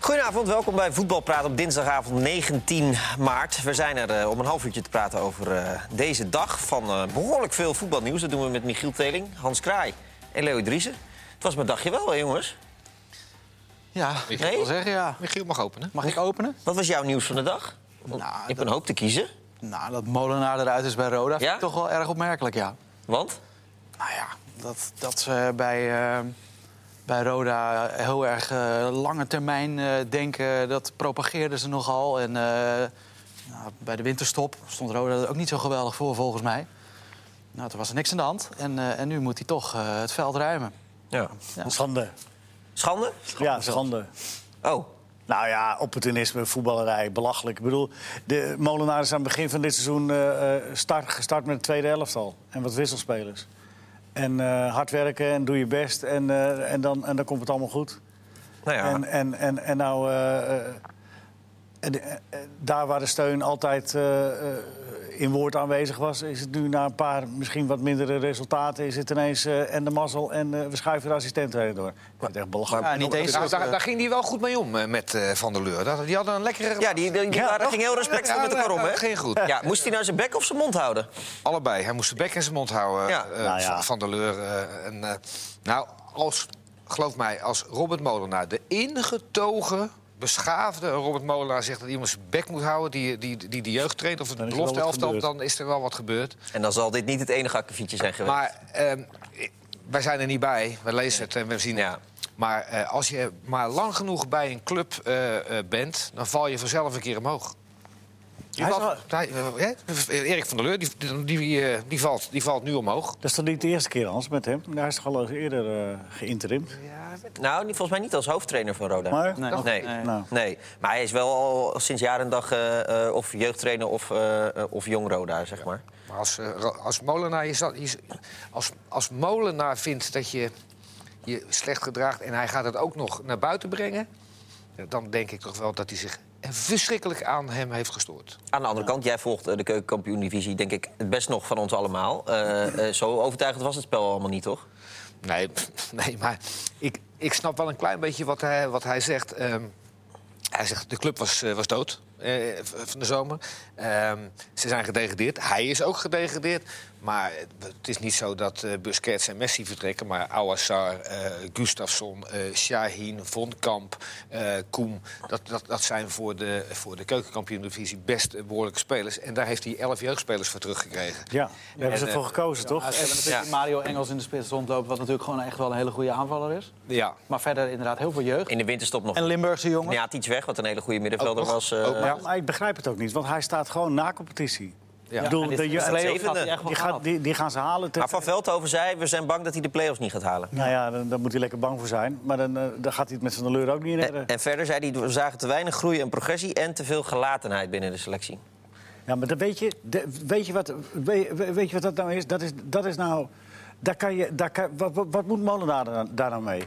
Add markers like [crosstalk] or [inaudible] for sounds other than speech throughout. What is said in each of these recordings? Goedenavond, welkom bij Voetbalpraat op dinsdagavond 19 maart. We zijn er eh, om een half uurtje te praten over eh, deze dag van eh, behoorlijk veel voetbalnieuws. Dat doen we met Michiel Teling, Hans Kraai en Leo Driessen. Het was mijn dagje wel, hè, jongens. Ja, ik wil Nee? zeggen, ja. Michiel mag openen. Mag ik openen? Wat was jouw nieuws van de dag? Want Nou, je hebt dat- een hoop te kiezen, Nou, dat Molenaar eruit is bij Roda Ja? vind ik toch wel erg opmerkelijk, ja. want... Nou ja, dat, dat ze bij, eh, bij Roda heel erg eh, lange termijn eh, denken, dat propageerden ze nogal. En eh, nou, bij de winterstop stond Roda er ook niet zo geweldig voor, volgens mij. Nou, toen was er niks aan de hand. En, eh, en nu moet hij toch eh, het veld ruimen. Ja. Schande. Schande? Ja, schande. Oh, Nou ja, opportunisme, voetballerij, belachelijk. Ik bedoel, de Molenaar is aan het begin van dit seizoen eh, eh, start, gestart met de tweede elftal. En wat wisselspelers. En eh, hard werken en doe je best en, eh, en, dan, en dan komt het allemaal goed. nou ja. En, en, en, en nou, eh, eh, en, eh, eh, daar waar de steun altijd eh, eh, in woord aanwezig was... is het nu na een paar misschien wat mindere resultaten... is het ineens eh, en de mazzel en eh, we schuiven de assistent door. Ik vind het echt belachelijk. Ja, niet eens. Nou, daar, daar ging hij wel goed mee om eh, met eh, Van der Leur. Dat- Die hadden een lekkere... Ja, die, die, die waren- ging heel respectvol Ja, met elkaar om, hè? dat ging goed. Ja, moest hij nou zijn bek of zijn mond houden? Allebei. Hij moest de bek in zijn mond houden, Ja. eh, Nou ja. Van- Van der Leur. eh, en, eh, nou, als, geloof mij, als Robert Molenaar de ingetogen, beschaafde Robert Molenaar zegt... dat iemand zijn bek moet houden die die, die, de jeugd traint of het Dan is er wel wat belofte elftal... gebeurd. dan is er wel wat gebeurd. En dan zal dit niet het enige akkefietje zijn geweest. Maar ehm, wij zijn er niet bij. We lezen het en we zien het. Ja. Maar eh, als je maar lang genoeg bij een club eh, eh, bent, dan val je vanzelf een keer omhoog. Die Hij is valt- hij- eh, hè? Erik van der Leur, die, die, die, eh, die valt, die valt nu omhoog. Dat is toch niet de eerste keer, Hans, met hem? Hij is toch al eens eerder eh, geïnterimd? Nou, niet- volgens mij niet als hoofdtrainer van Roda. Maar? Nee. Nee. Nee. Nee. Nou. maar hij is wel al sinds jaar en dag eh, eh, of jeugdtrainer of, eh, eh, of jong Roda, zeg maar. Maar als, eh, Ro- als Molenaar, je zal- je- als, als Molenaar vindt dat je je slecht gedraagt en hij gaat het ook nog naar buiten brengen, ja, dan denk ik toch wel dat hij zich verschrikkelijk aan hem heeft gestoord. Aan de andere kant, jij volgt eh, de keukenkampioen-divisie, denk ik, het best nog van ons allemaal. Eh, eh, zo overtuigend was het spel allemaal niet, toch? Nee, [laughs] pff, nee maar ik, ik snap wel een klein beetje wat hij, wat hij zegt. Ehm, hij zegt, de club was, eh, was dood eh, v- van de zomer. Ehm, ze zijn gedegradeerd. Hij is ook gedegradeerd. Maar het is niet zo dat eh, Busquets en Messi vertrekken. Maar Awassar, eh Gustafsson, eh Shahin, Von Kamp, eh Koem... Dat, dat, dat zijn voor de, voor de keukenkampioen-divisie best eh, behoorlijke spelers. En daar heeft hij elf jeugdspelers voor teruggekregen. Ja, daar hebben ze eh, voor gekozen, Ja, toch? Nou, ze hebben natuurlijk Mario Engels in de spits rondloopt, wat natuurlijk gewoon echt wel een hele goede aanvaller is. Ja. Maar verder inderdaad heel veel jeugd. In de winterstop nog. En Limburgse jongen. Ja, iets weg, wat een hele goede middenvelder Ook nog. was. eh, Ook nog. Ja, maar ik begrijp het ook niet, want hij staat gewoon na competitie. Ik bedoel, en dit- de dit ju- play-off zevende. gaat hij echt wel die, gaat, halen. die, die gaan ze halen. Ten, Maar Van Veldhoven zei, we zijn bang dat hij de play-offs niet gaat halen. Nou ja, dan, dan moet hij lekker bang voor zijn. Maar dan, eh, dan gaat hij het met zijn leur ook niet redden. En, en verder zei hij, we zagen te weinig groei en progressie... en te veel gelatenheid binnen de selectie. Ja, maar dan weet je, de- weet, je wat, weet, weet je wat dat nou is? Dat is, dat is nou... Daar kan je, daar kan, wat, wat, wat moet Molenaar daar, nou- daar nou mee?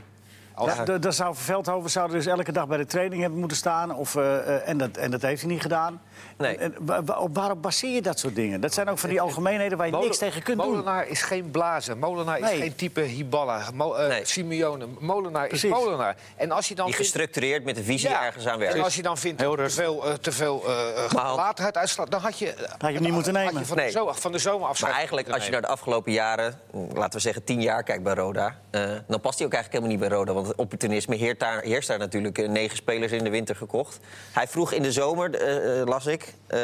Als- Da- da- daar zou Veldhoven zou er dus elke dag bij de training hebben moeten staan. Of, eh, eh, en, dat, en dat heeft hij niet gedaan. Nee. En, en wa- wa- op waarop baseer je dat soort dingen? Dat zijn ook van die algemeenheden waar je niks tegen kunt doen. Eh, Molenaar is geen blazer. Molenaar Nee. is geen type Hiballa. Mo- eh, Nee. Simeone. Molenaar Precies. is Molenaar. En als je dan Die vindt- gestructureerd met een visie Ja, ergens aan En werkt. als je dan vindt dat te veel, eh, te veel eh, gelatenheid uitslaat, dan had je, je hem niet moeten nemen. Had je van, Nee. de zomer, van de zomer afscheid Maar eigenlijk, als moeten je naar de afgelopen jaren, mm, laten we zeggen tien jaar kijkt bij Roda... eh, dan past hij ook eigenlijk helemaal niet bij Roda. Want het opportunisme heerst daar, heerst daar natuurlijk. eh, Negen spelers in de winter gekocht. Hij vroeg in de zomer, eh, eh, las ik... eh,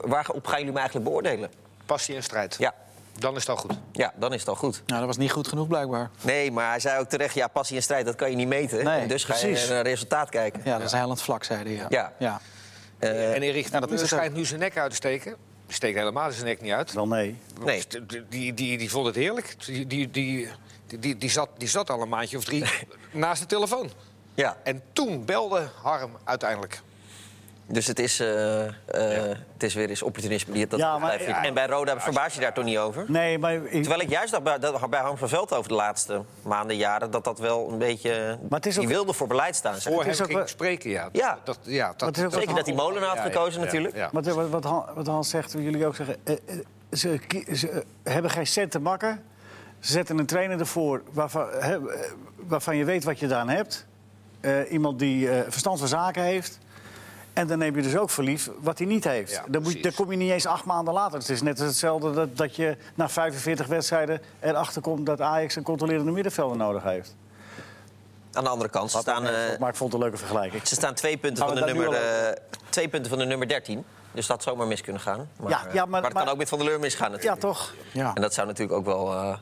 waarop gaan jullie me eigenlijk beoordelen? nemen. Past hij in strijd? Ja, Dan is het al goed. ja, dan is het al goed. Nou, dat was niet goed genoeg blijkbaar. Nee, maar hij zei ook terecht, ja, passie en strijd, dat kan je niet meten. Nee, en dus ga je precies. naar een resultaat kijken. Ja, dat is heiland vlak, zei hij. Ja. Ja. ja. Eh, en Erik nou, ja, dat is het schijnt nu zijn nek uit te steken. Die steekt helemaal zijn nek niet uit. Wel nee. nee. Die, die, die, die vond het heerlijk. Die, die, die, die, die, zat, die zat al een maandje of [laughs] drie naast de telefoon. Ja, En toen belde Harm uiteindelijk. dus het is, eh, eh, het is weer eens opportunisme die het dat Ja, maar- blijft vinden. En bij Roda verbaas je daar toch niet over? Nee, maar... ik- Terwijl ik juist dacht bij, dat, bij Harm van Veldhoven de laatste maanden, jaren... dat dat wel een beetje... Maar het is die ook- wilde voor beleid staan. zeg. Voor Het hem is ook ging wel- spreken, ja. Ja. Dat, ja dat, het is ook Zeker dat die molen had Ja, ja, gekozen ja, natuurlijk. ja. Wat, wat, wat Han- wat Hans zegt, wat jullie ook zeggen. eh, eh, ze, ki- ze eh, hebben geen cent te makken. Ze zetten een trainer ervoor waarvan, hè, eh, waarvan je weet wat je eraan hebt. eh, iemand die eh, verstand van zaken heeft. En dan neem je dus ook voor lief wat hij niet heeft. Ja, dan, moet, je- precies. dan kom je niet eens acht maanden later. Het is net als hetzelfde dat, dat je na 45 wedstrijden erachter komt dat Ajax een controlerende middenvelder nodig heeft. Aan de andere kant, ze Wat staan, ook nergens eh, op, maar ik vond het een leuke vergelijking. ze staan twee, punten Gaan van we de daar nummer, nu al eh, twee punten van de nummer 13. Dus dat zou maar mis kunnen gaan. Maar, Ja, eh, ja, maar- maar het maar- kan ook met Van der Leur misgaan Ja, natuurlijk. toch? Ja. En dat zou natuurlijk ook wel... eh,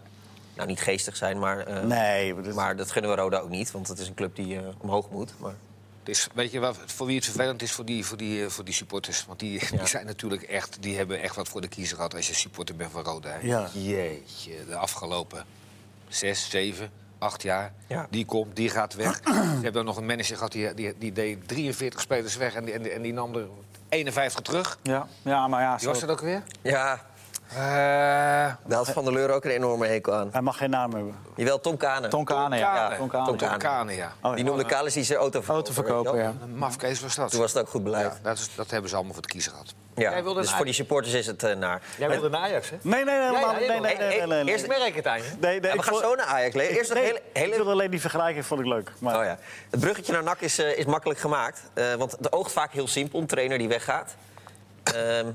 nou, niet geestig zijn, maar... eh, Nee, maar dat- Maar dat gunnen we Roda ook niet, want het is een club die eh, omhoog moet. Maar... Het is, weet je wat, voor wie het vervelend is? Voor die, voor die, eh, voor die supporters. Want die, die zijn natuurlijk echt, die hebben echt wat voor de kiezer gehad als je supporter bent van Roda. hè. Ja. Jeetje, de afgelopen zes, zeven, acht jaar. Ja. Die komt, die gaat weg. Ze hebben dan nog een manager gehad, die, die, die deed 43 spelers weg en die, en die, en die nam er 51 terug. Ja, ja maar ja, Die zo, was dat ook weer? Ja, Eh, daar had Van der Leur ook een enorme hekel aan. Hij mag geen naam hebben. Jawel, Tom Kanen. Tom Kane, ja. Kane. Tom Kane. Tom Kane. Tom Kane, ja. Oh, die ja. noemde Kalis die zijn auto Auto weet je verkopen, wel. ja. Een mafkees was dat. Toen was het ook goed beleid. ja, dat, is, dat hebben ze allemaal voor de kiezer gehad. Ja, Jij wilde dus een voor die supporters is het eh, naar. Jij wilde naar Ajax, hè? Nee, nee, nee, helemaal ja, niet. nee, nee, ja, nee, nee, nee, nee. Eerst merk het aan je. Nee, nee, Ja, ik we gaan vond- zo naar Ajax. Nee, Eerst nog Nee, hele, hele... Ik wilde alleen die vergelijking, vond ik leuk. Maar... Oh ja. Het bruggetje naar NAC is, eh, is makkelijk gemaakt. Eh, want het oogt vaak heel simpel, een trainer die weggaat. Ehm,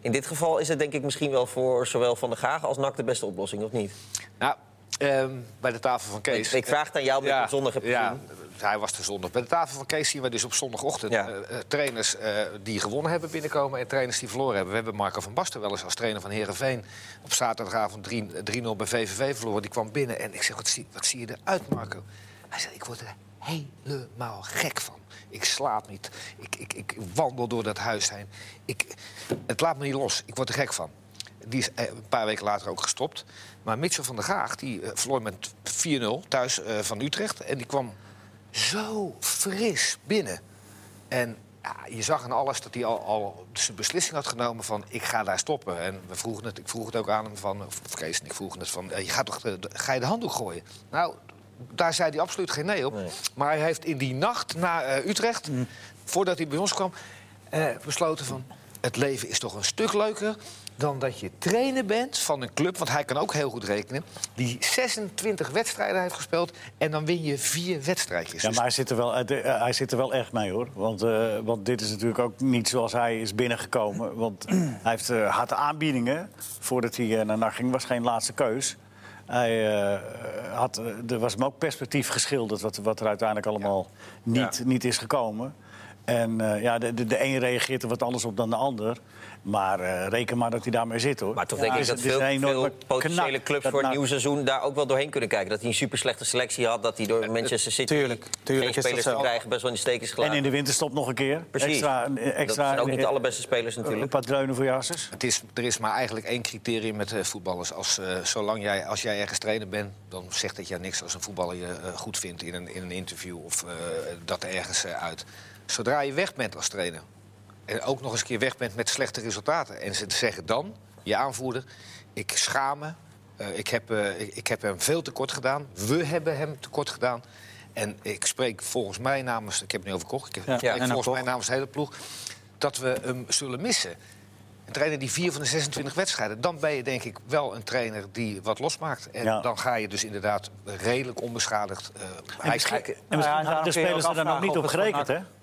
in dit geval is het denk ik misschien wel voor zowel Van der Gaag als NAC de beste oplossing, of niet? Nou, ehm, bij de tafel van Kees. eh, Ik, ik vraag het aan jou, met je Ja, het zondag hebt ja, gezien. hij was de zondag. Bij de tafel van Kees zien we dus op zondagochtend Ja. eh, eh, trainers eh, die gewonnen hebben binnenkomen en trainers die verloren hebben. We hebben Marco van Basten wel eens als trainer van Herenveen op zaterdagavond 3 3-0 bij VVV verloren. Die kwam binnen en ik zeg: Wat zie, wat zie je eruit, Marco? Hij zei: Ik word er helemaal gek van. Ik slaap niet. Ik, ik, ik wandel door dat huis heen. Ik, het laat me niet los. Ik word er gek van. Die is eh, een paar weken later ook gestopt. Maar Mitchell van der Gaag die eh, verloor met 4-0 thuis eh, van Utrecht. En die kwam zo fris binnen. En ja, je zag aan alles dat hij al, al zijn beslissing had genomen van... ik ga daar stoppen. En we vroegen het, ik vroeg het ook aan hem van... of of Kees en ik vroegen het van... eh, je gaat toch de, de- ga je de handdoek gooien? Nou, daar zei hij absoluut geen nee op. Maar hij heeft in die nacht naar eh, Utrecht, voordat hij bij ons kwam... eh, besloten van... het leven is toch een stuk leuker dan dat je trainer bent van een club... want hij kan ook heel goed rekenen... die 26 wedstrijden heeft gespeeld... en dan win je vier wedstrijdjes. Ja, Dus maar hij zit, er wel, hij- eh, hij zit er wel echt mee, hoor. Want, eh, want dit is natuurlijk ook niet zoals hij is binnengekomen. Want [clears throat] hij heeft eh, harde aanbiedingen. Voordat hij eh, naar NAC ging, was geen laatste keus. Hij, eh, had, eh, er was hem ook perspectief geschilderd... wat, wat er uiteindelijk allemaal Niet, niet is gekomen. En eh, ja, de, de, de een reageert er wat anders op dan de ander. Maar eh, reken maar dat hij daarmee zit, hoor. Maar toch Ja, denk ik dus dat het is veel, een enorme veel potentiële knak clubs dat voor het NAC- nieuw seizoen daar ook wel doorheen kunnen kijken. Dat hij een super slechte selectie had, dat hij door Manchester City tuurlijk, tuurlijk is geen dat spelers te zo. krijgen, best wel in de steek is En gelaten. in de winterstop nog een keer. Precies. Extra, eh, extra, eh, dat zijn ook niet de allerbeste spelers Een natuurlijk. paar dreunen voor jassers. Het is, er is maar eigenlijk één criterium met eh, voetballers. Als, eh, zolang jij, als jij ergens trainer bent, dan zegt dat jij niks als een voetballer je eh, goed vindt in een, in een interview of eh, dat ergens eh, uit. Zodra je weg bent als trainer en ook nog eens een keer weg bent met slechte resultaten en ze zeggen dan, je aanvoerder, ik schaam me, eh, ik, heb, eh, ik, ik heb hem veel tekort gedaan, we hebben hem tekort gedaan. En ik spreek volgens mij namens, ik heb het niet over Koch, ik, Ja, ik spreek en dan volgens mij Koch. namens de hele ploeg, dat we hem zullen missen. Een trainer die vier van de 26 wedstrijden. Dan ben je denk ik wel een trainer die wat losmaakt. En Ja. dan ga je dus inderdaad redelijk onbeschadigd. eh, hij- misschien- hij- En misschien hadden de daarom kun je spelers ook er dan ook afvragen niet of op het gewoon gerekend, hè?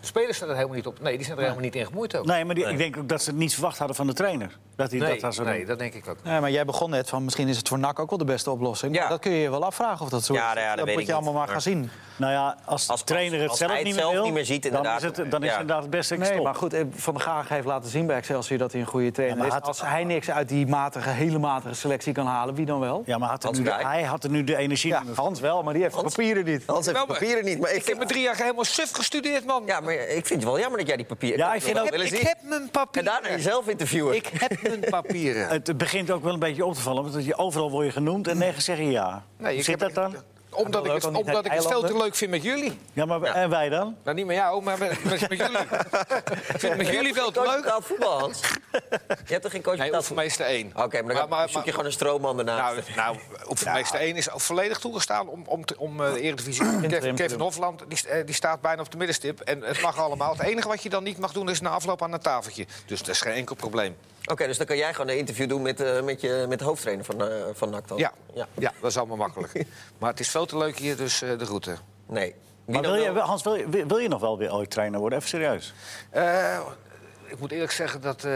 de spelers staan er helemaal niet op. Nee, die zijn er helemaal niet in gemoeid ook. Nee, maar die- ik denk ook dat ze het niet verwacht hadden van de trainer. Dat hij dat nee, daar zo nee, doen. dat denk ik ook. niet. Ja, maar jij begon net van misschien is het voor NAC ook wel de beste oplossing. Ja. Dat kun je je wel afvragen of dat zo Ja, is. nou ja, dat weet moet ik je niet. allemaal maar Maar- gaan zien. Nou ja, als de Als- trainer het als zelf hij het niet meer zelf wil, niet meer ziet, dan inderdaad. is het, dan is Ja. het inderdaad het beste ik Nee, stop. maar goed, eh, Van der Gaag heeft laten zien bij Excelsior dat hij een goede trainer Ja, maar is. had- Als hij niks uit die matige, hele matige selectie kan halen, wie dan wel? Ja, maar had er Hans nu de- Kraaij. hij had er nu de energie Ja, niet meer voor. Hans wel, maar die heeft de papieren niet. Hans heeft Wel, de maar- papieren niet, maar ik, Ik heb me drie jaar helemaal suf gestudeerd, man. Ja, maar ik vind het wel jammer dat jij die papieren... Ja, dat ik vind wil ook- wel eens ik zien. heb mijn En papieren. daarna jezelf interviewen. Ik heb mijn [laughs] papieren. Het begint ook wel een beetje op te vallen, want je, overal word je genoemd en nergens zeg je ja. Nee, Hoe ik zit heb- dat dan? Omdat ik, ook het, al niet omdat ik naar het veel te eilanden. leuk vind met jullie. Ja, maar en wij dan? Nou, niet met jou, maar met, met, met [laughs] jullie. ik vind het met jullie wel te Coach leuk. betaald voetbal, Hans. Je hebt toch geen coach Nee, betaald voetbal? oefenmeester één. Oké, maar dan zoek je gewoon een stroomman daarnaast. Nou, nou oefenmeester 1 is volledig toegestaan om, om, te- om eh, de Eredivisie. Kevin, Kevin Hofland die, st- eh, die staat bijna op de middenstip. En het mag allemaal. Het enige wat je dan niet mag doen is na afloop aan een tafeltje. Dus dat is geen enkel probleem. Oké, dus dan kan jij gewoon een interview doen met, eh, met, je, met de hoofdtrainer van, eh van NAC dan? Ja, ja. dat is allemaal makkelijk. maar het is veel te leuk hier, dus eh, de route. Nee. Maar Wie wil dan je, wel? Hans, wil je, wil je nog wel weer ooit trainer worden? Even serieus. Eh, ik moet eerlijk zeggen dat eh,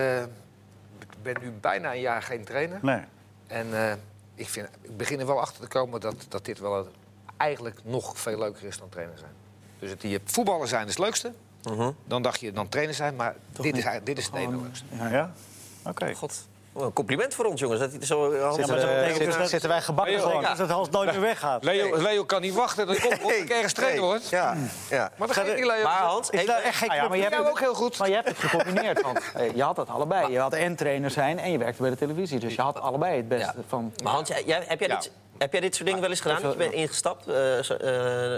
ik ben nu bijna een jaar geen trainer. Nee. En eh, ik, vind, ik begin er wel achter te komen dat, dat dit wel een- eigenlijk nog veel leuker is dan trainer zijn. Dus het, je voetballer zijn is het leukste. Dan dacht je dan trainer zijn, maar dit is, eigenlijk- dit is het ene leukste. Ja? ja? Oké. God, wat een compliment voor ons, jongens. Dat hij zo Ja, handig maar dat eh, betekent dus zit- dat zitten wij gebakken Ja. gewoon, dus dat Hans nooit meer weggaat. Leo, Leo kan niet wachten dat ik op ik ergens trainer Nee. word. Ja, ja. Maar dat geeft niet, Leo. Maar Hans, Is heeft- daar echt geen Ah ja, knop- maar je Ja, hebt Jou ook heel goed. Maar je hebt het gecombineerd. Want [laughs] eh, je had het allebei. Je had en trainer zijn en je werkte bij de televisie. Dus je had allebei het beste Dus Ja. van. maar Hans jij, jij- heb, jij Ja. dit, heb jij dit soort dingen wel eens gedaan? Dat je bent ingestapt eh, zo- eh,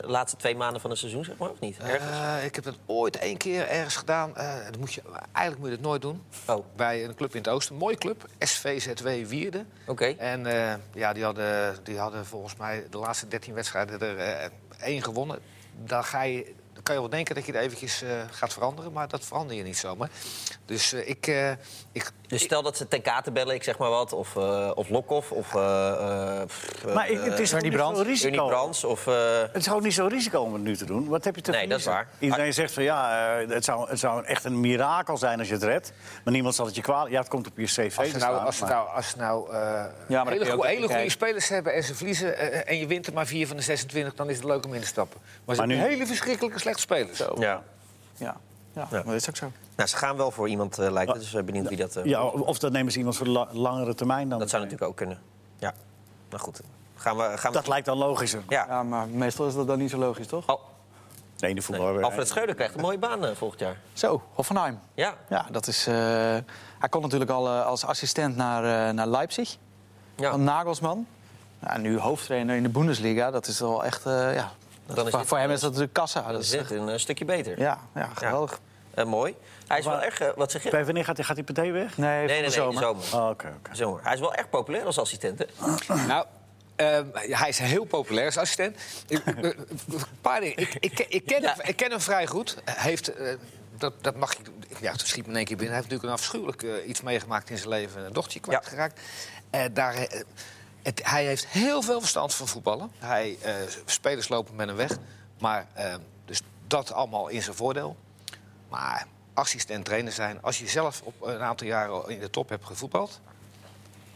de laatste twee maanden van het seizoen, zeg maar, of niet? Ergens? Eh, ik heb dat ooit één keer ergens gedaan. Eh, dat moet je, eigenlijk moet je dat nooit doen. Oh. Bij een club in het oosten. Een mooie club. SVZW Wierden. Oké. En eh, ja, die hadden, die hadden volgens mij de laatste 13 wedstrijden er eh, één gewonnen. Dan, ga je, dan kan je wel denken dat je het eventjes eh, gaat veranderen. Maar dat verander je niet zomaar. Dus eh, ik, eh, ik, Dus stel dat ze ten katen bellen, ik zeg maar wat, of, eh of Lokhoff, of... eh, eh, pff, Maar ik- het is eh, toch niet zo'n Ernie risico. Brands, of... eh, Het is ook niet zo'n risico om het nu te doen. Wat heb je te Nee, verliezen? dat is waar. Iedereen zegt van ja, eh, het zou, het zou echt een mirakel zijn als je het redt. Maar niemand zal het je kwalijk... Ja, het komt op je cv Als te ze staan. nou, als ze maar- nou, als ze nou eh, dan kun je hele, ook goe- hele goede kijken. spelers hebben en ze verliezen eh, en je wint er maar 4 van de 26, dan is het leuk om in te stappen. Maar ze Maar hebben nu- hele verschrikkelijke slechte spelers. Ja. Ja. Ja. Dat is ook zo. nou, ze gaan wel voor iemand, eh, lijkt het. Dus ik ben benieuwd wie dat... eh, ja, of dat nemen ze iemand voor de la- langere termijn dan. dat zou natuurlijk ook kunnen. Ja, maar goed. Gaan we... Gaan we Dat lijkt dan logischer. ja. Ja, maar meestal is dat dan niet zo logisch, toch? Oh, De ene voetballer... nee. Alfred Schreuder krijgt een mooie baan eh, volgend jaar. Zo. Hoffenheim. Ja, Ja, dat is. eh, hij kon natuurlijk al eh, als assistent naar, eh, naar Leipzig ja. van Nagelsman. Ja, nu hoofdtrainer in de Bundesliga. Dat is wel echt. eh, ja, dat- Dan is voor, dit- voor hem is dat natuurlijk kassa. dat Dat is is, echt een eh, stukje beter. ja, ja, geweldig. Eh, mooi. Hij is wel Maar- erg... eh, wat zeg je? Bij wanneer gaat, die- gaat die partij weg? Nee, voor Nee, nee, de nee, zomer. zomer. Oh, oké, oké. Zomer. Hij is wel erg populair als assistent, hè? Ah. Nou, ehm, hij is heel populair als assistent. Ik- eh, Een paar dingen. Ik, ik, ken- ik, ken, hem, ik ken hem vrij goed. Hij Heeft, eh, dat, dat mag ik, ja, het schiet me in één keer binnen. Hij heeft natuurlijk een afschuwelijk eh, iets meegemaakt in zijn leven. Een dochtertje kwijtgeraakt. Eh, daar, eh, het, hij heeft heel veel verstand van voetballen. Hij, eh, spelers lopen met hem weg. Maar, ehm, dus dat allemaal in zijn voordeel. Maar assistent trainer zijn, als je zelf op een aantal jaren in de top hebt gevoetbald,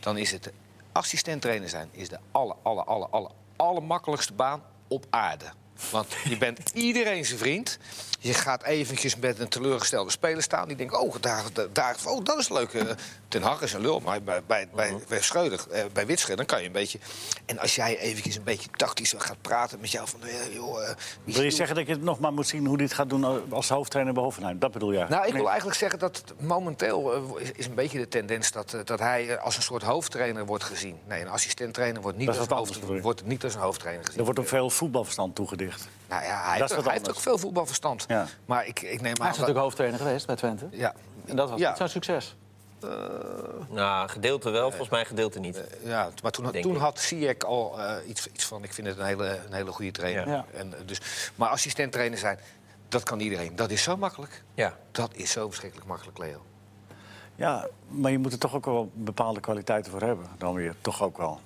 dan is het assistent trainer zijn is de alle, alle, alle, alle, alle makkelijkste baan op aarde. Want je bent [laughs] iedereen zijn vriend. Je gaat eventjes met een teleurgestelde speler staan. Die denkt, oh, daar, daar, oh dat is leuk. eh, Ten Hag is een lul, maar bij, bij, bij, Mhm. bij Schreuder, eh, bij Witsche, dan kan je een beetje... En als jij eventjes een beetje tactisch gaat praten met jou... Van, eh, joh, eh, wie Wil je doet- zeggen dat je het nog maar moet zien hoe dit gaat doen als hoofdtrainer bij Hoffenheim? Dat bedoel je eigenlijk? Nou, ik wil eigenlijk zeggen dat het momenteel eh, is- is een beetje de tendens dat, eh, dat hij eh, als een soort hoofdtrainer wordt gezien. Nee, een assistenttrainer wordt niet, Dat als is een, wat anders, hoofd, bedoel je? wordt niet als een hoofdtrainer Er gezien. wordt ook veel voetbalverstand toegedicht. Nou ja, hij, Dat heeft, is wat hij heeft ook anders. veel voetbalverstand. Ja. Maar ik, ik neem Hij aan... is dat- natuurlijk hoofdtrainer geweest bij Twente. ja, En dat was Ja. niet zo'n succes. Nou, gedeelte wel, volgens mij gedeelte niet. Eh, ja, maar toen, Denk toen ik. had Ziyech al eh, iets, iets van... ik vind het een hele, een hele goede trainer. Ja. Ja. En, eh, dus, maar assistenttrainer zijn, dat kan iedereen. Dat is zo makkelijk. Ja. Dat is zo verschrikkelijk makkelijk, Leo. Ja, maar je moet er toch ook wel bepaalde kwaliteiten voor hebben. Dan weer, toch ook wel.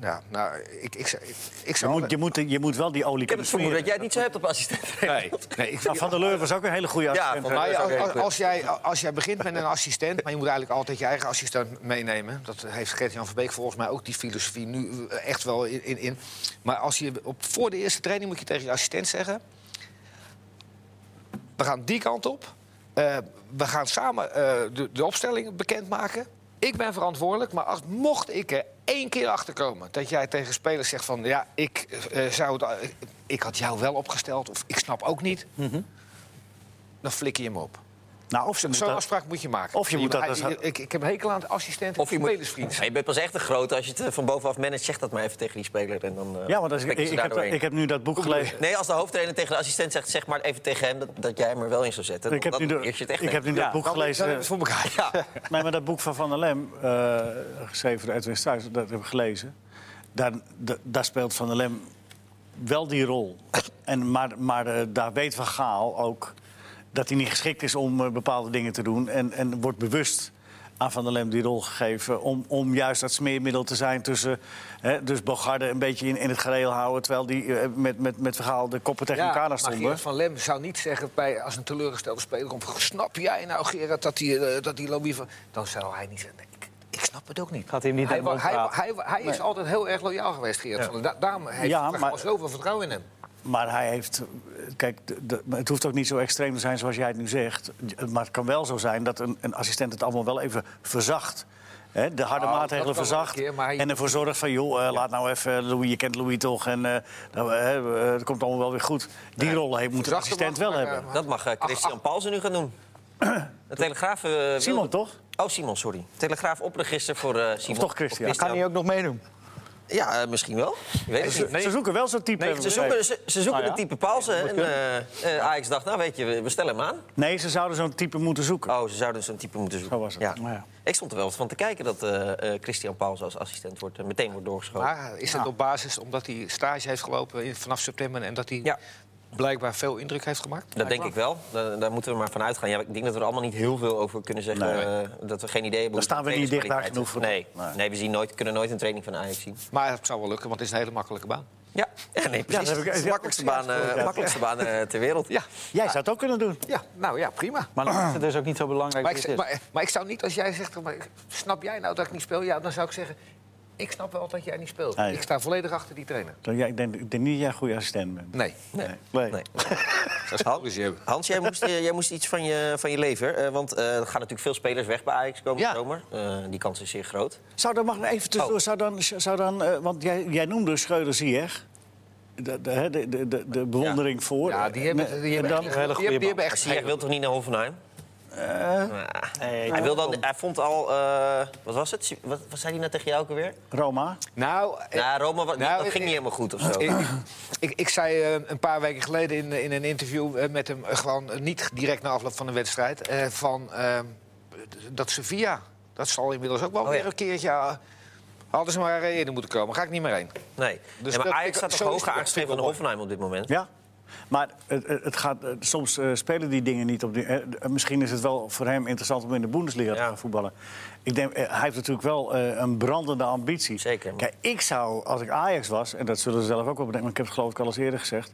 Ja, nou, ik, ik, zou- ik, ik Je zou... moet, je moet, je moet wel die olie Ik heb het kunnen vermoeden dat smeren. jij het niet zo hebt op assistent. Nee, nee, ik, Nou, van der Leur was ook een hele goede assistent. van- Maar Dat is ook ja, als, heel als jij, als jij begint met een assistent, maar je moet eigenlijk altijd je eigen assistent meenemen. Dat heeft Gert-Jan Verbeek volgens mij ook die filosofie nu eh, echt wel in. in, in. Maar als je op, voor de eerste training moet je tegen je assistent zeggen: We gaan die kant op. Eh, we gaan samen eh, de, de opstelling bekendmaken. Ik ben verantwoordelijk, maar als, mocht ik er één keer achter komen dat jij tegen spelers zegt van ja, ik, eh, zou het, eh, ik had jou wel opgesteld of ik snap ook niet, Hm. dan flikker je hem op. nou, of ze Zo'n moeten- afspraak moet je maken. Of je moet dat Hij- als- ik, ik heb een hekel aan de [laughs] assistent Of je moet... spelersvriend. Ja, je bent pas echt een groot als je het eh, van bovenaf managt. Zeg dat maar even tegen die speler. En dan, eh, Ja, want als, ik, pik je ik, ze ik daar heb, doorheen. ik heb nu dat boek gelezen. Nee, als de hoofdtrainer tegen de assistent zegt... zeg maar even tegen hem dat, dat jij hem er wel in zou zetten. Ik heb Dan nu, de- probeer je het echt ik mee. [laughs] heb nu dat boek Dan- dan gelezen. hebben we het voor [laughs] elkaar. Ja, Nee, maar dat boek van Van der Lem, eh, geschreven door Edwin Struijs, dat heb ik gelezen. Daar, da- daar speelt Van der Lem wel die rol. En, maar maar eh, daar weet Van Gaal ook dat hij niet geschikt is om eh, bepaalde dingen te doen. En, en wordt bewust aan Van der Lem die rol gegeven. Om, om juist dat smeermiddel te zijn tussen. Hè, dus Bogarde een beetje in, in het gereel houden. Terwijl die eh, met, met, met verhaal de koppen tegen elkaar aan maar stonden. Gerard van Lem zou niet zeggen bij, als een teleurgestelde speler... Komt, snap jij nou, Gerard, dat die, eh, dat die Louis van... Dan zou hij niet zeggen, nee, ik, ik snap het ook niet. Gaat hij hem niet hij, in de wa- mond hij, praten. hij, hij is altijd heel erg loyaal geweest, Gerard van Lem. Da- daarom heeft Ja, hij maar- zoveel vertrouwen in hem. Maar hij heeft. Kijk, de- de- maar het hoeft ook niet zo extreem te zijn zoals jij het nu zegt. Maar het kan wel zo zijn dat een, een assistent het allemaal wel even verzacht. Hè, de harde Nou, maatregelen dat kan wel een verzacht. keer, maar hij- En ervoor zorgt van, joh, eh, laat nou even Louis, je kent Louis toch. En eh nou, eh, eh, het komt allemaal wel weer goed. Die rol heeft, moet de verzachte assistent mag, wel maar, hebben. eh, Dat mag eh, Christian Paulsen nu gaan doen. De Telegraaf... eh, wilde- Simon, toch? Oh, Simon, sorry. Telegraaf opregister voor eh, Simon. toch Christian? Kan hij ook nog meedoen? Ja, eh, misschien wel. Ik weet het niet. Ze zoeken wel zo'n type. Nee, ze dus- zoeken, ze, ze zoeken Ah, ja. de type Paulsen. En eh, eh, Ajax dacht, nou weet je, we- we stellen hem aan. Nee, ze zouden zo'n type moeten zoeken. Oh, ze zouden zo'n type moeten zoeken. Zo was het. Ja. Nou ja. Ik stond er wel van te kijken dat eh, eh, Christian Paulsen als assistent wordt, eh, meteen wordt Oh. doorgeschoten. Maar is dat op basis omdat hij stage heeft gelopen in- vanaf september... en dat hij Ja. blijkbaar veel indruk heeft gemaakt? Dat denk ik wel. Daar, daar moeten we maar van uitgaan. Ja, ik denk dat we er allemaal niet heel veel over kunnen zeggen. eh, dat we geen idee hebben. hoe staan we de niet dicht trainingskwaliteit bij genoeg is. Nee, nee we zien nooit, kunnen nooit een training van Ajax zien. Maar het zou wel lukken, want het is een hele makkelijke baan. Ja, ja [laughs] nee, precies. heb ik- Het is de ja, makkelijkste baan, eh, makkelijkste baan eh, ter wereld. Ja, Jij zou het ook kunnen doen. ja nou ja, prima. Maar dan is het dus ook niet zo belangrijk Maar wie ik, het zeg- is. maar, maar ik zou niet, als jij zegt, maar, snap jij nou dat ik niet speel? Ja, dan zou ik zeggen, ik snap wel dat jij niet speelt. Ah, ja. Ik sta volledig achter die trainer. Dan, ja, ik, denk, ik denk niet dat jij een goede assistent bent. Nee. Nee. Nee. Nee. Dat is Hans, hebben. Hans, jij moest, eh, jij moest iets van je, van je lever. eh, want eh, er gaan natuurlijk veel spelers weg bij Ajax komende Ja. zomer. Eh, die kans is zeer groot. Zou dan, mag ik even tussendoor, Oh. zou dan, zou dan, eh, want jij, jij noemde Schreuder Ziyech. De, de, hè, de, de, de- de bewondering voor. Ja, die hebben, die En hebben, dan- echt- die hebben- die hebben Maar echt Ziyech wil toch niet naar Hoffenheim? Eh. Ah, hij, wil dan, hij vond al... eh, wat was het? Wat, wat zei hij nou tegen jou ook alweer? Roma. Nou, eh, Nou, Roma, wat- nou, dat ik- ging niet helemaal goed of zo. ik, ik, ik zei eh, een paar weken geleden in, in een interview eh, met hem... eh, gewoon eh, niet direct na afloop van een wedstrijd... eh, van eh, dat Sevilla, dat zal inmiddels ook wel Oh, ja. weer een keertje... eh, hadden ze maar eh, eerder moeten komen, ga ik niet meer heen. Nee. Dus Nee, maar dat- Ajax ik- staat toch zo is het hoger echt aangeschreven dan supermooi. Hoffenheim op dit moment? Ja. Maar het, het het gaat, eh, soms eh, spelen die dingen niet op die. eh, d- misschien is het wel voor hem interessant om in de Bundesliga te Ja. gaan voetballen. Ik denk, eh, hij heeft natuurlijk wel eh, een brandende ambitie. Zeker. Kijk, ik zou, als ik Ajax was, en dat zullen ze zelf ook wel bedenken, maar ik heb het geloof ik al eens eerder gezegd.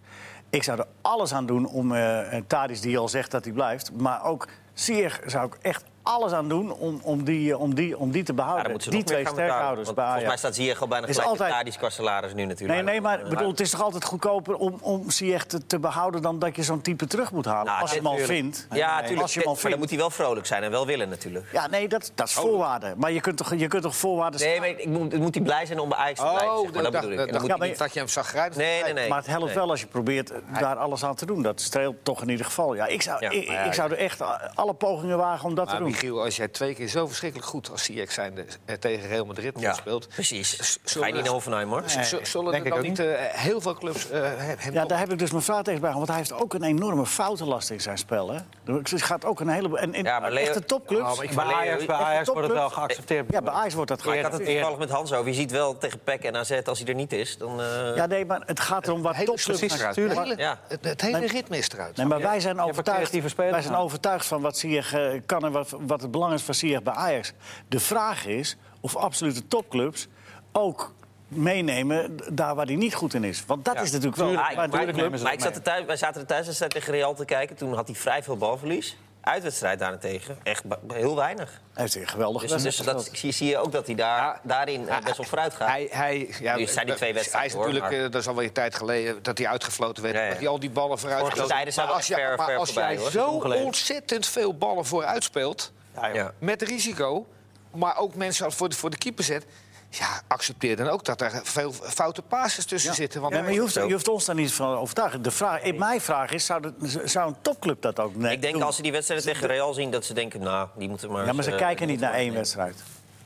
Ik zou er alles aan doen om eh eh, Tadic, die al zegt dat hij blijft, maar ook Sier zou ik echt alles aan doen om, om, die, eh, om, die, om die te Ja, behouden. dan Ah, moeten ze die nog meer twee gaan betalen. sterkhouders Want bij Ajax. Volgens mij staat Ziyech al bijna Is gelijk altijd... altijd- Tadic qua salaris nu natuurlijk. Nee, nee, maar Eh, ik bedoel, het is toch altijd goedkoper om, om Ziyech te, te behouden dan dat je zo'n type terug moet halen. Nou, als je hem al tuurlijk. vindt. Ja, Nee. natuurlijk. Als je hem al Maar dan vindt. moet hij wel vrolijk zijn en wel willen natuurlijk. Ja, nee, dat, dat is voorwaarde. Maar je kunt toch, je kunt toch voorwaarden Nee, maar ik moet, moet hij blij zijn om bij Ajax te blijven. zeg maar. Oh, dat Oh, dacht- bedoel ik. dacht En dan moet Ja, hij maar- niet dat je hem zag rijden. Nee, nee, nee. Maar het helpt Nee. wel als je probeert eh, daar alles aan te doen. Dat streelt toch in ieder geval. Ja, ik zou, Ja, ik, maar ja, ik zou er echt a- alle pogingen wagen om dat te Maar doen. Michiel, als jij twee keer zo verschrikkelijk goed als CX zijnde eh, tegen Real Madrid Ja, speelt... precies. z- Ga je niet naar Hoffenheim, hoor. z- Zullen denk er ik dan ook niet eh, heel veel clubs eh, hem Ja, toch- daar heb ik dus mijn vraag tegen bij. Want hij heeft ook een enorme foutenlast in zijn spel. Hè? Er gaat ook een heleboel. En in Ja, maar Leo- echte Ja, topclubs. maar ik- Bij Ajax, bij Echt een Ajax wordt het wel topclub. geaccepteerd. Ja, bij Ajax wordt dat Maar ik had geaccepteerd. het toevallig met Hans over. Je ziet wel tegen PEC en AZ, als hij er niet is, dan... eh, Ja, nee, maar het gaat erom wat hele topclubs... precies eruit. tuurlijk. Het hele, Ja. het, het hele ritme is eruit. Nee, maar wij zijn, hebt een overtuigd, creatieve speler wij zijn nodig. overtuigd van wat Ziyech eh, kan en wat, wat het belang is van Ziyech bij Ajax. De vraag is of absolute topclubs ook meenemen d- daar waar hij niet goed in is. Want dat is natuurlijk wel... Ah, ik- waar maar de ik- club- nemen ze maar dat ik zat er mee. thuis, wij zaten er thuis en zaten tegen Real te kijken. Toen had hij vrij veel balverlies. Uitwedstrijd daarentegen, echt ba- heel weinig. Hij heeft een geweldig Dus, dus wedstrijd dat, gespeeld. zie, zie je ook dat hij daar, daarin eh, best wel vooruit gaat. Hij, hij, ja, Nu zijn die twee Hij is wedstrijden, hoor, natuurlijk, maar- eh, dat is alweer een tijd geleden, dat hij uitgefloten werd. Ja, ja. Dat hij al die ballen vooruit Vorige speelde. tijden zijn Maar we als, echt jij- ver- maar ver als voorbij, jij hoor. zo Seizoen geleden. ontzettend veel ballen vooruit speelt, Ja. met risico, maar ook mensen voor de, voor de keeper zet... Ja, accepteer dan ook dat er veel foute passes tussen zitten. Want Ja, maar je hoeft, je hoeft ons daar niet van overtuigen. De vraag, Mijn vraag is, zou, dat- zou een topclub dat ook net ik denk doen? als ze die wedstrijden tegen Real zien, dat ze denken, nou, die moeten maar... Ja, maar ze eens, eh, kijken niet moeten naar één maar eens wedstrijd.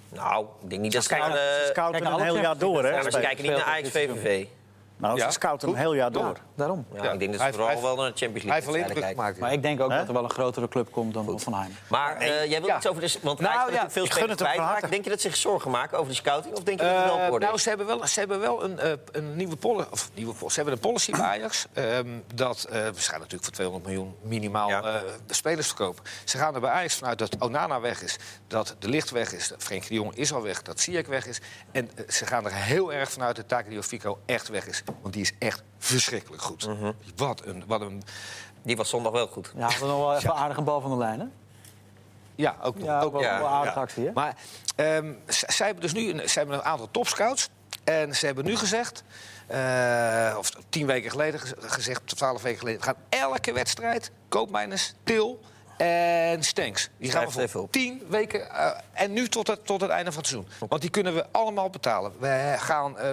nemen. Nou, ik denk niet dat ze... Ze naar, eh, scouten kijken een alle heel jaar Champions door, League hè? ja, maar ze kijken niet naar Ajax-VVV. Nou, ze Ja, scouten hem goed. heel jaar door. daarom. Ja, Ja. Ik denk dat Hij ze heeft- vooral hij wel naar de Champions Hij heeft League alleen uiteindelijk druk kijken. gemaakt. Maar ik denk ook Hè? dat er wel een grotere club komt dan Hoffenheim. Maar eh, jij wil ja. iets over de... Want Nou, nou, ja, natuurlijk veel ik gun het spelers hem van kwijtraakt. harte. Denk je dat ze zich zorgen maken over de scouting? Of denk je dat het wel Eh, op orde nou, is? ze hebben wel, ze hebben wel een, eh, een nieuwe policy. Of nieuwe pol- ze hebben een [clears throat] policy bij Ajax. ehm, dat eh, we gaan natuurlijk voor 200 miljoen minimaal Ja. eh, spelers verkopen. Ze gaan er bij Ajax vanuit dat Onana weg is. Dat De Licht weg is. Dat Frenkie de Jong is al weg. Dat Ziyech weg is. En eh, ze gaan er heel erg vanuit dat Takedio Fico echt weg is. Want die is echt verschrikkelijk goed. Mhm. Wat een. Wat een Die was zondag wel goed. Ja, dat is nog wel even een aardige bal van de lijn, hè? ja, ook nog. Ja, ook ook, wel ja, wel een aardige ja. actie, hè? Maar ehm, z- zij hebben dus nu een, zij hebben een aantal topscouts. En ze hebben nu gezegd, eh, of tien weken geleden gez- gezegd, twaalf weken geleden... gaan elke wedstrijd, Koopmijners, Til en Stenks. Die gaan Schrijf we het even voor op. tien weken eh, en nu tot het, tot het einde van het seizoen. Want die kunnen we allemaal betalen. We gaan... eh,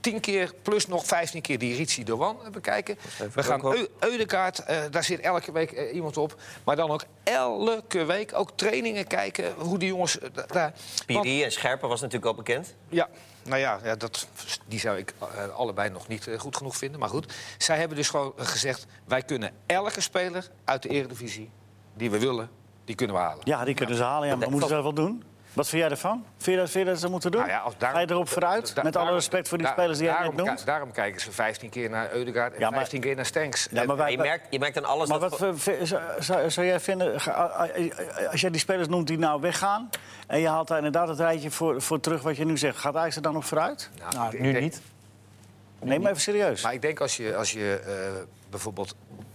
tien keer plus nog 15 keer die Ritsi Doan bekijken. We gaan Eu- Eudekaart, eh, daar zit elke week eh, iemand op. Maar dan ook elke week ook trainingen kijken hoe die jongens eh, da- daar. want- Piri en Scherpen was natuurlijk al bekend. ja, nou ja, ja dat, die zou ik eh, allebei nog niet eh, goed genoeg vinden. Maar goed, zij hebben dus gewoon eh, gezegd... wij kunnen elke speler uit de Eredivisie die we willen, die kunnen we halen. Ja, die kunnen ze halen. Ja, maar moeten ze dat wel doen? Wat vind jij ervan? Vind je dat, vind je dat ze moeten doen? Nou ja, als daarom- Ga je erop vooruit? da- met alle daarom- respect voor die da- spelers die jij net daarom noemt? ki- Daarom kijken ze 15 keer naar Eudegaard en Ja, maar- 15 keer naar Stenks. Ja, maar Maar wij, je, merkt, je merkt aan alles maar dat... wat voor- v- zou- zou, zou jij vinden, ge- a- a- a- als jij die spelers noemt die nou weggaan... en je haalt daar inderdaad het rijtje voor, voor terug wat je nu zegt... gaat Ajax er dan op vooruit? Nou, ik- Nou, ik nu denk- niet. Neem maar even serieus. Maar ik denk als je, als je eh, bijvoorbeeld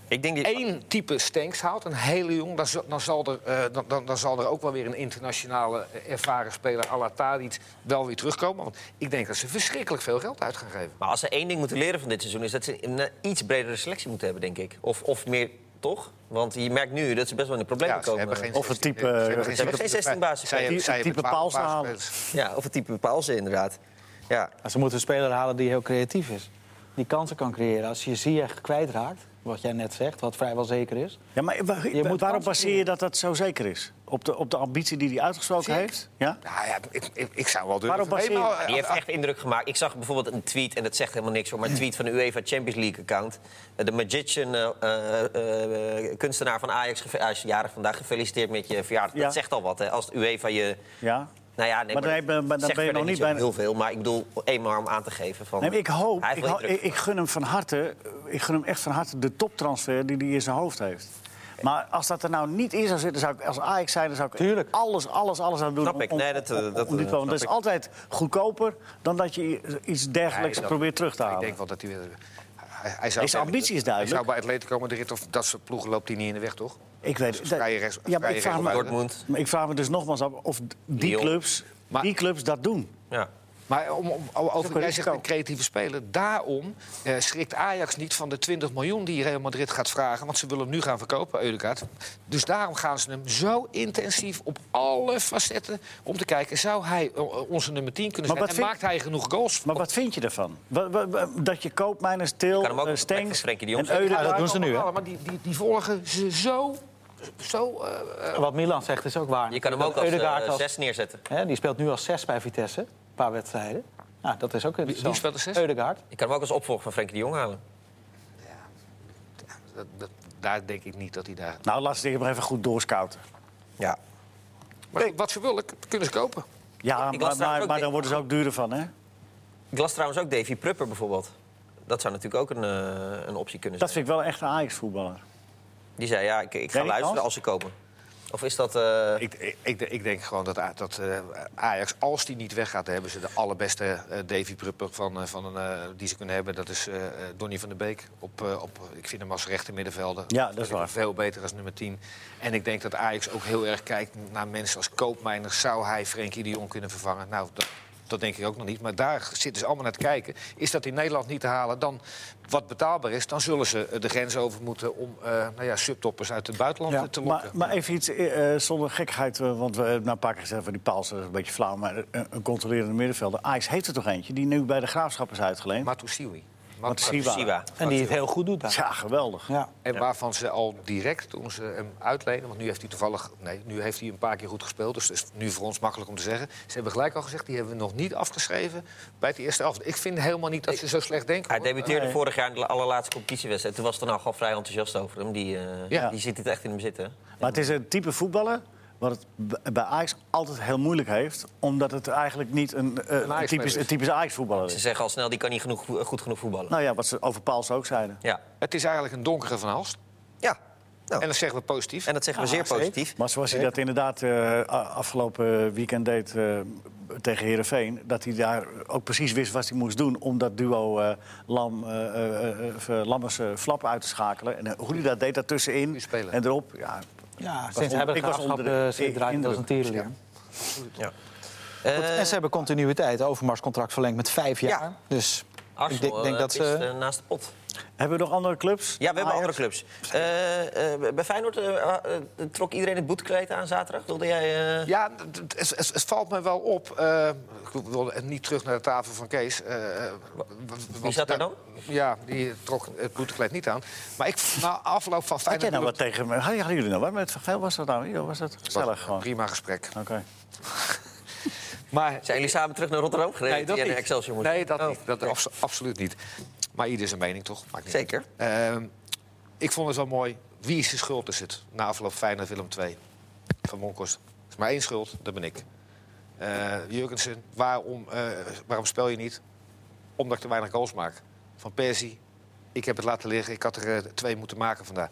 ik denk die, één type Stenks haalt, een hele jong, dan, zal- dan, zal er, eh, dan, dan, dan zal er ook wel weer een internationale eh, ervaren speler, à la Tadic, wel weer terugkomen. Want ik denk dat ze verschrikkelijk veel geld uit gaan geven. Maar als ze één ding moeten leren van dit seizoen... is dat ze een eh, iets bredere selectie moeten hebben, denk ik. Of, of meer, toch? Want je merkt nu dat ze best wel in de problemen Ja, ze komen. hebben geen Of een 16 type- eh, ze hebben ze hebben geen 16 basis. Zij hebben- Een zij type hebben 12 Paulsen halen. basisspelers. Ja, of het type Paalse inderdaad. Ja, Maar Ze moeten een speler halen die heel creatief is. Die kansen kan creëren. Als je Ziyech kwijtraakt, wat jij net zegt, wat vrijwel zeker is... Ja, maar wa- Je moet kansen waarom baseer je creëren. dat dat zo zeker is? Op de, op de ambitie die hij uitgesproken Zeker. heeft? Ja? Nou ja, ik, ik, ik zou wel durven. Waarop baseer je- Eenmaal, eh, die heeft echt indruk gemaakt. Ik zag bijvoorbeeld een tweet, en dat zegt helemaal niks hoor... maar een tweet van de UEFA Champions League-account. Eh, De magician, eh, eh, eh, kunstenaar van Ajax, geve- hij is jarig vandaag... gefeliciteerd met je verjaardag. Ja. Dat zegt al wat, hè. Als de UEFA je... Ja? Nou ja, nee, Maar dan heb je- maar dan zegt ben je verder nog niet zo bijna- heel veel, maar ik bedoel eenmaal maar om aan te geven van. Nee, maar ik hoop, Hij ik, heeft wel ho- indruk ik, ik gun hem van harte, ik gun hem echt van harte de toptransfer die hij in zijn hoofd heeft. Maar als dat er nou niet in zou zitten, zou ik als Ajax zijn, dan zou ik Tuurlijk. alles, alles, alles aan doen. Snap om- ik. om- Nee, dat, eh, om- om dat, dit eh, te komen. snap Dat is ik. altijd goedkoper dan dat je iets dergelijks Nee, dat- probeert terug te Ik halen. denk wel dat hij weer. Hij, hij zou Deze ambitie is duidelijk. Hij zou bij Atletico Madrid of dat soort ploegen loopt hij niet in de weg, toch? ik weet Dus dat- vrije rechts- ja, maar vrije ik vraag, van rechts- me, Dortmund. maar ik vraag me dus nogmaals af of die Lyon. clubs, Maar- die clubs dat doen. Ja. Maar om, om, o- ook over jij een zegt risico. een creatieve speler. Daarom eh, schrikt Ajax niet van de 20 miljoen die Real Madrid gaat vragen. Want ze willen hem nu gaan verkopen, Eudegaard. Dus daarom gaan ze hem zo intensief op alle facetten om te kijken... zou hij eh, onze nummer 10 kunnen Maar zijn? wat En vind- maakt hij genoeg goals? Maar wat vind je ervan? Wa- wa- wa- Dat je koopmijners, Til, Kan hem ook eh, op de plek Stenks van Frenkie de en Jong Eudegaard... zetten. Ja, dat doen ze nu, hè? Allemaal, Maar die, die, die volgen ze zo... zo eh, Wat Milan zegt is ook waar. Je kan hem ook Dat als Ødegaard eh, zes neerzetten. hè, die speelt nu als zes bij Vitesse, een paar wedstrijden. Nou, dat is ook interessant. speelt als zes? Ødegaard. Je kan hem ook als opvolger van Frenkie de Jong halen. dat, dat- daar denk ik niet dat hij daar... Nou, laat ze maar even goed doorscouten. Ja. Maar goed, wat ze willen, k- kunnen ze kopen. Ja, Ik las maar, trouwens maar, ook maar de- dan worden ze ook duurder van, hè? Ik las trouwens ook Davy Prupper bijvoorbeeld. Dat zou natuurlijk ook een, eh, een optie kunnen zijn. Dat vind ik wel echt een Ajax-voetballer. Die zei, ja, ik, ik ga Danny luisteren Kans? als ze komen. Of is dat... eh, Ik, ik- ik, ik denk gewoon dat, A- dat eh, Ajax, als die niet weggaat, dan hebben ze de allerbeste eh, Davy Prupper van, eh, van een, eh, die ze kunnen hebben. Dat is eh eh, Donny van der Beek. Op, eh, op, ik vind hem als rechter middenvelder. Ja, dat is Vind ik waar. Veel beter als nummer 10. En ik denk dat Ajax ook heel erg kijkt naar mensen als koopmijner. Zou hij Frenkie de Jong kunnen vervangen? Nou, dat, dat denk ik ook nog niet. Maar daar zitten ze allemaal naar te kijken. Is dat in Nederland niet te halen, dan wat betaalbaar is... dan zullen ze eh, de grens over moeten om eh, nou ja, subtoppers uit het buitenland eh, te maar, lokken. maar even iets eh, eh, zonder gekkigheid, eh, want we hebben nou een paar keer gezegd van die Paals dat is een beetje eh, flauw, maar een, een controlerende middenvelder. Ajax heeft er toch eentje die nu bij de graafschap is uitgeleend. Matusiwi. Wat- Siwa. Siwa. En die het heel goed doet daar. Ja, geweldig. Ja. En waarvan ze al direct, toen ze hem uitlenen... want nu heeft hij toevallig... nee, nu heeft hij een paar keer goed gespeeld... dus het is nu voor ons makkelijk om te zeggen. Ze hebben gelijk al gezegd, die hebben we nog niet afgeschreven... bij het eerste elftal. Ik vind helemaal niet dat ze zo slecht denken. Hij hoor. debuteerde vorig jaar in de allerlaatste competitiewedstrijd. Toen was Ten Hag al vrij enthousiast over hem. Die, eh, Ja. die ziet het echt in hem zitten. Maar het is een type voetballer wat het b- bij Ajax altijd heel moeilijk heeft. Omdat het eigenlijk niet een, eh, een Ajax-speler typisch, is. een typisch Ajax-voetballer Ze is. zeggen al snel, die kan niet genoeg, goed genoeg voetballen. Nou ja, wat ze over Paals ook zeiden. Ja. Het is eigenlijk een donkere Van Halst. ja. Nou, En Ah, dat zeggen we positief. en dat zeggen we zeer positief. Maar zoals hij dat inderdaad eh, a- afgelopen weekend deed eh, tegen Herenveen, dat hij daar ook precies wist wat hij moest doen om dat duo eh, Lam, eh, eh, eh, of, eh, Lammers eh, Flap uit te schakelen. En eh, hoe hij dat deed daartussenin Goeie speler. en erop. Ja, Ja, onder- sinds hebben de ik was graafschap onder de eh, ze draait het als een indruk. tierenlier. Ja. Goed, Eh, en ze hebben continuïteit. Overmars contract verlengd met vijf jaar. Dus ik Arsenal denk, denk eh, dat het ze... is, eh, naast de pot. hebben we nog andere clubs? Ja, Ah, we hebben Ajax? andere clubs. Eh, eh, bij Feyenoord eh, eh, trok iedereen het boetekleed aan zaterdag. Wilde jij... eh, Ja, d- d- het, het- het valt me wel op. eh, ik wil niet terug naar de tafel van Kees. eh, w- w- want zat daar da- dan? Ja, die trok het boetekleed niet aan. Maar ik, na afloop van Had jij Feyenoord... nou wat tegen me? Hadden hadden jullie nou wat met Vergeel? Was dat nou? Ja, was dat was gezellig een gewoon? Oké. Prima gesprek. Maar Zijn jullie samen terug naar Rotterdam gereden? Nee, dat die niet. naar Excelsior moesten? Nee, dat Oh, niet. Dat nee. abso- absoluut niet. Maar ieder zijn mening, toch? Maakt niet Zeker. uit. Ehm, ik vond het wel mooi. Wie is de schuld is het? Na afloop Feyenoord Willem II. Van Monkos. Er is maar één schuld, dat ben ik. Eh Jurgensen, waarom, eh, waarom speel je niet? Omdat ik te weinig goals maak. Van Persie, ik heb het laten liggen. Ik had er eh, twee moeten maken vandaag.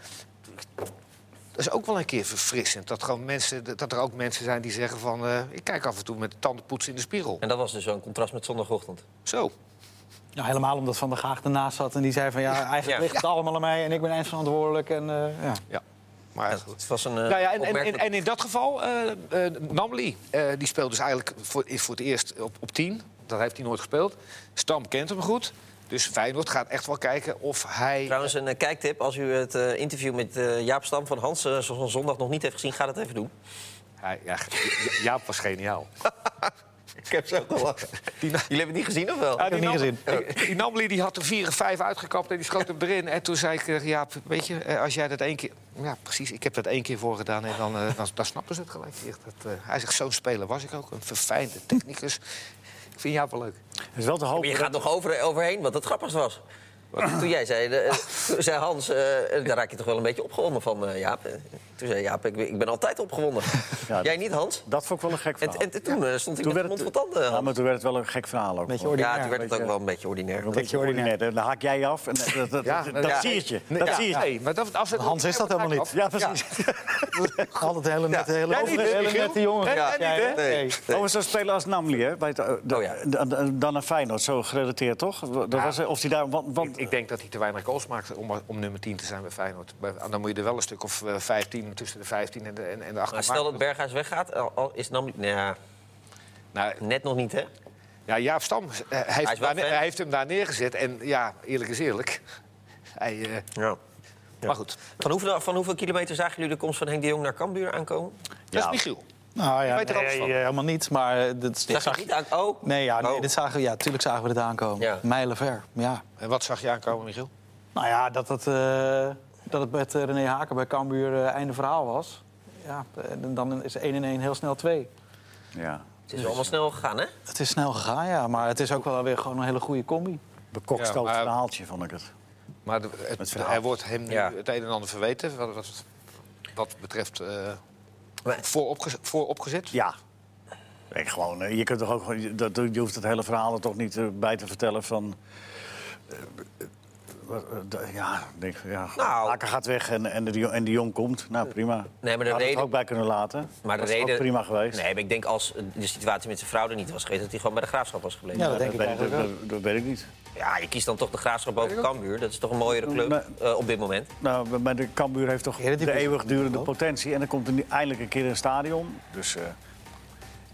Dat is ook wel een keer verfrissend. Dat, gewoon mensen, dat er ook mensen zijn die zeggen van... eh, ik kijk af en toe met de tandenpoetsen in de spiegel. En dat was dus zo'n contrast met zondagochtend. Zo. Nou, helemaal omdat Van der Gaag ernaast zat en die zei van... ja, eigenlijk Ja. ligt het allemaal aan mij en ik ben eindverantwoordelijk. En, eh, ja. Ja, maar Ja, het was een eh, Nou ja, en, en, en, opmerkelijk- en in dat geval, eh eh, Namli, eh, die speelt dus eigenlijk voor, is voor het eerst op, op 10. Dat heeft hij nooit gespeeld. Stam kent hem goed. Dus Feyenoord gaat echt wel kijken of hij... Trouwens, een eh, kijktip. Als u het eh, interview met eh, Jaap Stam van Hans eh, zoals van zondag nog niet heeft gezien, ga dat even doen. hij ja, Ja- Jaap was [laughs] geniaal. Ik heb zo gelachen. Jullie hebben het niet gezien of wel? Ah, die niet Nam- gezien. eh, [laughs] Die Namli die had er vier of vijf uitgekapt en die schoot hem erin. En toen zei ik, eh, Jaap, weet je, eh, als jij dat één keer... Ja, precies, ik heb dat één keer voor gedaan en dan, eh, dan, dan snappen ze het gelijk. Echt, dat, eh, hij zegt, zo'n speler was ik ook. Een verfijnde technicus. Ik vind Jaap wel leuk. Het is wel te Maar hopen. je gaat nog over, overheen, wat het grappigste was. Toen jij zei, eh, toen zei Hans, eh, daar raak je toch wel een beetje opgewonden van, eh, Jaap. Eh, Toen zei Jaap, ik, ben- ik ben altijd opgewonden. Ja, jij niet, Hans? Dat vond ik wel een gek En, verhaal. en toen eh, stond ik met de mond vol tanden. ja, Hans. maar toen werd het wel een gek verhaal ook. Beetje hoor. ordinair. Ja, toen werd het ook wel een beetje ordinair. Een beetje ordinair. Dan haak jij je af en dat, dat, dat, Ja, dat ja. zie je. Nee, Dat ja, zie je. nee, maar dat, als het Hans is dat helemaal niet. Ja, precies. Altijd hele nette, hele, Jij niet, hè, hele Michiel? nette jongen. Jij- Ja, jij niet, hè? ja, Nee. Over zo'n speler als Namli, hè? Bij het, eh, de- Oh, ja. de- de- dan naar Feyenoord, zo gerelateerd toch? Dat was, eh, of die daar, want, want- Ik, ik denk dat hij te weinig goals maakt om, om nummer 10 te zijn bij Feyenoord. Bij- Dan moet je er wel een stuk of eh, 15 tussen de 15 en de, en, en de 18 Maar stel dat Berghuis weggaat, al- al is nam nou, ja, Nou, net nog niet, hè? ja, Jaap Stam eh, heeft, is wel daar, ne- fan. hij heeft hem daar neergezet. En ja, eerlijk is eerlijk. [laughs] Hij, eh, Ja. Maar goed, Van, hoeveel, van hoeveel kilometer zagen jullie de komst van Henk de Jong naar Cambuur aankomen? dat is Michiel. Nou ja, Weet er alles nee, van. eh, helemaal niet, maar eh, dit, Zag dit je zag het niet aan? Oh, Nee, ja, nee, Oh. dit zagen, we- ja, tuurlijk zagen we dit aankomen. Ja. Mijlenver, ja. En wat zag je aankomen, Michiel? Nou ja, dat het, eh, dat het met eh, René Haken bij Cambuur eh, einde verhaal was. Ja, eh, dan is 1 in 1 heel snel 2. ja, het is allemaal snel gegaan, hè? Het is snel gegaan, ja. Maar het is ook wel weer gewoon een hele goede combi. bekokstoot Ja, maar- verhaaltje vond ik het. Maar de- het- Het verhaal. er wordt hem nu Ja. het een en ander verweten. Wat, wat, wat betreft eh Maar- vooropgezet. vooropgezet. Ja. Ik gewoon, eh, je, kunt toch ook, gewoon- je- dat, je hoeft het hele verhaal er toch niet eh, bij te vertellen van... eh, eh, wat, eh, d- ja, ik denk, ja Nou. Aker gaat weg en, en, de, Jong- en de Jong komt. Nou, prima. maar de Had het reden- er ook bij kunnen laten. Maar de Was ook reden... prima geweest. Nee, maar ik denk als de situatie met zijn vrouw er niet was geweest... dat hij gewoon bij de graafschap was gebleven. Ja, Ja, dat denk ik weet, eigenlijk wel. dat- dat weet ik niet. je kiest dan toch de graafschap boven Cambuur. Dat is toch een mooiere club Nee. eh, op dit moment. Nou, maar de Cambuur heeft toch Eredivisie. de eeuwigdurende potentie. En dan komt er nu eindelijk een keer een stadion. Dus, eh,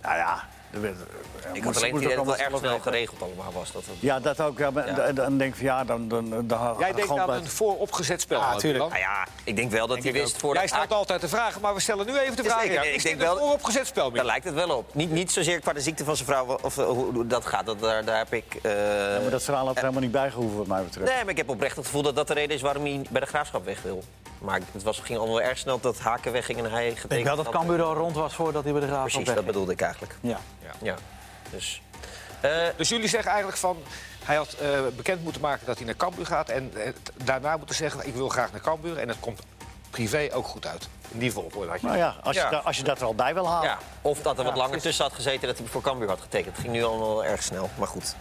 nou ja, Er werd- ja, Ik moest- had alleen het moest idee ook dat het wel allemaal erg snel zelf weten. geregeld allemaal was. Dat het- Ja, dat ook. Ja, maar Ja. Dan, dan denk ik van ja, dan... dan, dan, dan Jij denkt aan bij- een vooropgezet spel. Ja, Milan. tuurlijk. Nou ja, ik denk wel dat hij wist voor Jij de stelt altijd de vragen, maar we stellen nu even de Zeker, vraag. nee, ik is denk dit een wel- vooropgezet spel, Daar Milan? lijkt het wel op. Niet, niet zozeer qua de ziekte van zijn vrouw of eh, hoe, hoe dat gaat. Dat, daar, daar heb ik. eh, Ja, maar dat verhaal had er helemaal niet bijgehoeven, wat mij betreft. Nee, maar ik heb oprecht het gevoel dat dat de reden is waarom hij bij de graafschap weg wil. Maar het was, ging allemaal wel erg snel dat Haken wegging en hij getekend Ik denk wel dat had. Cambuur al rond was voordat hij bij de Graafschap Precies, weg dat ging. bedoelde ik eigenlijk. Ja. Ja, dus. eh, Dus jullie zeggen eigenlijk van... Hij had eh, bekend moeten maken dat hij naar Cambuur gaat... en eh, t- daarna moeten zeggen, ik wil graag naar Cambuur... en het komt privé ook goed uit. In die volgorde had je. Nou ja, als, Ja. Je, da- als je dat er al bij wil halen. ja, of dat er wat langer tussen had gezeten dat hij voor Cambuur had getekend. Het ging nu allemaal wel erg snel, maar goed.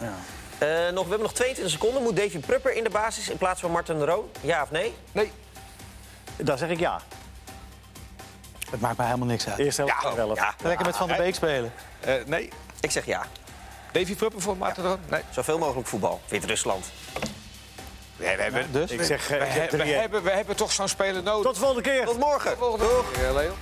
Eh, nog, we hebben nog 22 seconden. Moet Davy Prupper in de basis in plaats van Martin Roo? Ja of nee? Nee, Dan zeg ik ja. Het maakt mij helemaal niks uit. Eerst helft Ja, ja, wel. Oh, ja. Lekker met Van der Beek spelen. Eh, nee. Ik zeg ja. Davy Pruppen voor Maarten Roon? Nee. Zoveel mogelijk voetbal. Wit-Rusland. Nee, we hebben, Dus? Ik zeg, eh, we, ik zeg hebben, we, drie-één. hebben, we hebben toch zo'n speler nodig. Tot de volgende keer. Tot morgen. volgende keer, Leo.